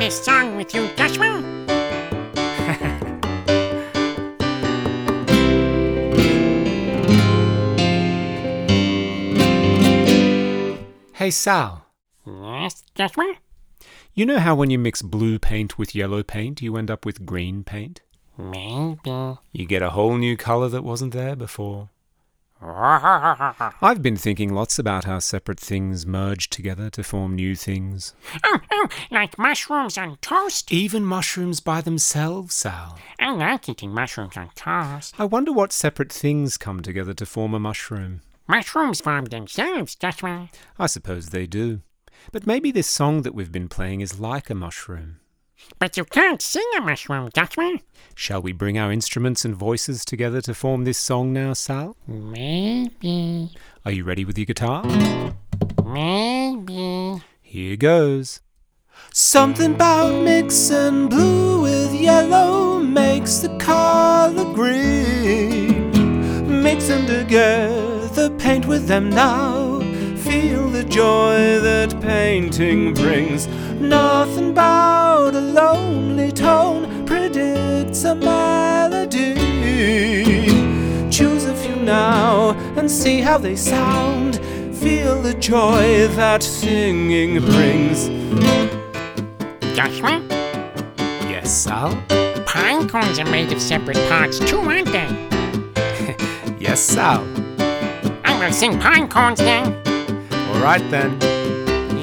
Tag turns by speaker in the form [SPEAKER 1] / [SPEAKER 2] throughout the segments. [SPEAKER 1] this song with you, Joshua?
[SPEAKER 2] Hey Sal,
[SPEAKER 1] Yes, Joshua?
[SPEAKER 2] you know how when you mix blue paint with yellow paint, you end up with green paint?
[SPEAKER 1] Maybe.
[SPEAKER 2] You get a whole new colour that wasn't there before.
[SPEAKER 1] oh,
[SPEAKER 2] I've been thinking lots about how separate things merge together to form new things.
[SPEAKER 1] Oh, oh, like mushrooms on toast?
[SPEAKER 2] Even mushrooms by themselves, Sal.
[SPEAKER 1] I like eating mushrooms on toast.
[SPEAKER 2] I wonder what separate things come together to form a mushroom.
[SPEAKER 1] Mushrooms farm themselves, Joshua.
[SPEAKER 2] I suppose they do. But maybe this song that we've been playing is like a mushroom.
[SPEAKER 1] But you can't sing a mushroom, Joshua.
[SPEAKER 2] Shall we bring our instruments and voices together to form this song now, Sal?
[SPEAKER 1] Maybe.
[SPEAKER 2] Are you ready with your guitar?
[SPEAKER 1] Maybe.
[SPEAKER 2] Here goes. Something about mixing blue with yellow makes the color green. Mix them together, paint with them now. Feel the joy that painting brings. Nothing about a lonely tone predicts a melody. Choose a few now and see how they sound. Feel the joy that singing brings.
[SPEAKER 1] Joshua?
[SPEAKER 2] Yes, Sal?
[SPEAKER 1] Pine cones are made of separate parts too, aren't they?
[SPEAKER 2] Yes, Sal.
[SPEAKER 1] I will sing pine cones then.
[SPEAKER 2] Alright then.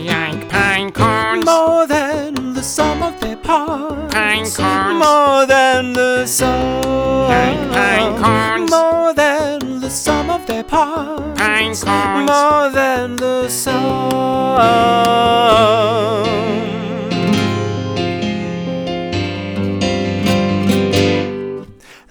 [SPEAKER 1] Like pine cones.
[SPEAKER 2] More than the sum of their parts.
[SPEAKER 1] Pine cones.
[SPEAKER 2] More than the sum.
[SPEAKER 1] Pine- pine cones.
[SPEAKER 2] More than the sum of their parts.
[SPEAKER 1] Pine cones.
[SPEAKER 2] More than the sum.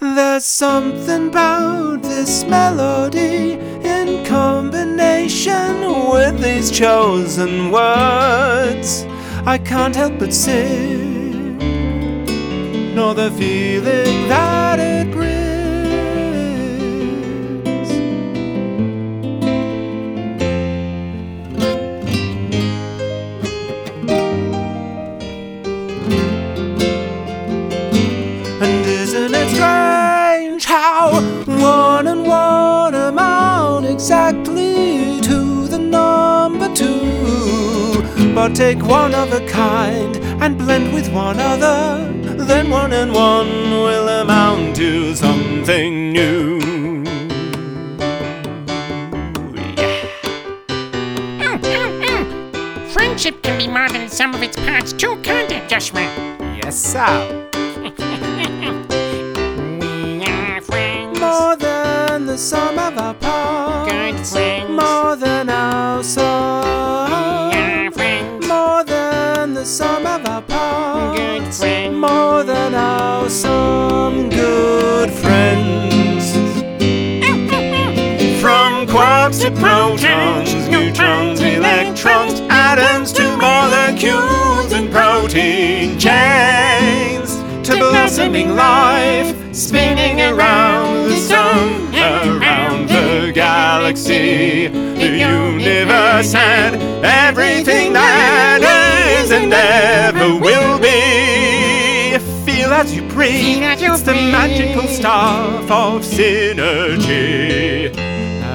[SPEAKER 2] There's something about this melody in combination with these chosen words. I can't help but sing, nor the feeling that it brings. And isn't it strange how one and one amount exactly to the number two? But take one of a kind and blend with one other, then one and one will amount to something new. Yeah.
[SPEAKER 1] Mm, mm, mm. Friendship can be more than some of its parts too, can't it, Joshua?
[SPEAKER 2] Yes, sir.
[SPEAKER 1] we are friends.
[SPEAKER 2] More than the sum of our
[SPEAKER 1] Good
[SPEAKER 2] parts,
[SPEAKER 1] friends.
[SPEAKER 2] more than our sum.
[SPEAKER 1] We are friends.
[SPEAKER 2] More than the sum of our
[SPEAKER 1] Good
[SPEAKER 2] parts.
[SPEAKER 1] friends.
[SPEAKER 2] More than our some good friends.
[SPEAKER 1] Mm, mm, mm.
[SPEAKER 2] From quarks to protons, neutrons, electrons, atoms to molecules and protein chains. To blossoming life, spinning around the sun, around the galaxy, the universe, and everything that is and ever will be. Feel as you breathe,
[SPEAKER 1] Feel as you
[SPEAKER 2] it's the
[SPEAKER 1] breathe.
[SPEAKER 2] magical staff of synergy.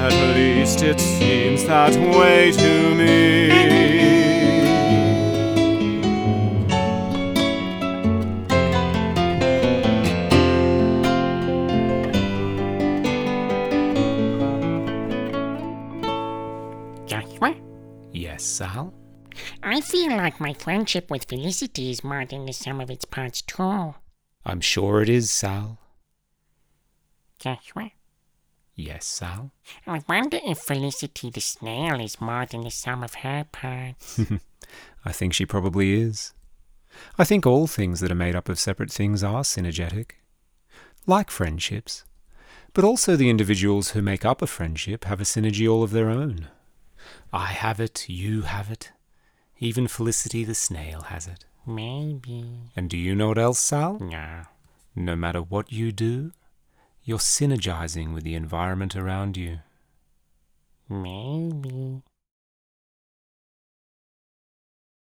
[SPEAKER 2] At least it seems that way to me.
[SPEAKER 1] Joshua,
[SPEAKER 2] Yes, Sal?
[SPEAKER 1] I feel like my friendship with Felicity is more than the sum of its parts too,
[SPEAKER 2] I'm sure it is, Sal.
[SPEAKER 1] Joshua.
[SPEAKER 2] Yes, Sal?
[SPEAKER 1] I wonder if Felicity the snail is more than the sum of her parts.
[SPEAKER 2] I think she probably is. I think all things that are made up of separate things are synergetic, like friendships. But also, the individuals who make up a friendship have a synergy all of their own. I have it, you have it, even Felicity the snail has it.
[SPEAKER 1] Maybe.
[SPEAKER 2] And do you know what else, Sal?
[SPEAKER 1] No.
[SPEAKER 2] No matter what you do, you're synergizing with the environment around you.
[SPEAKER 1] Maybe.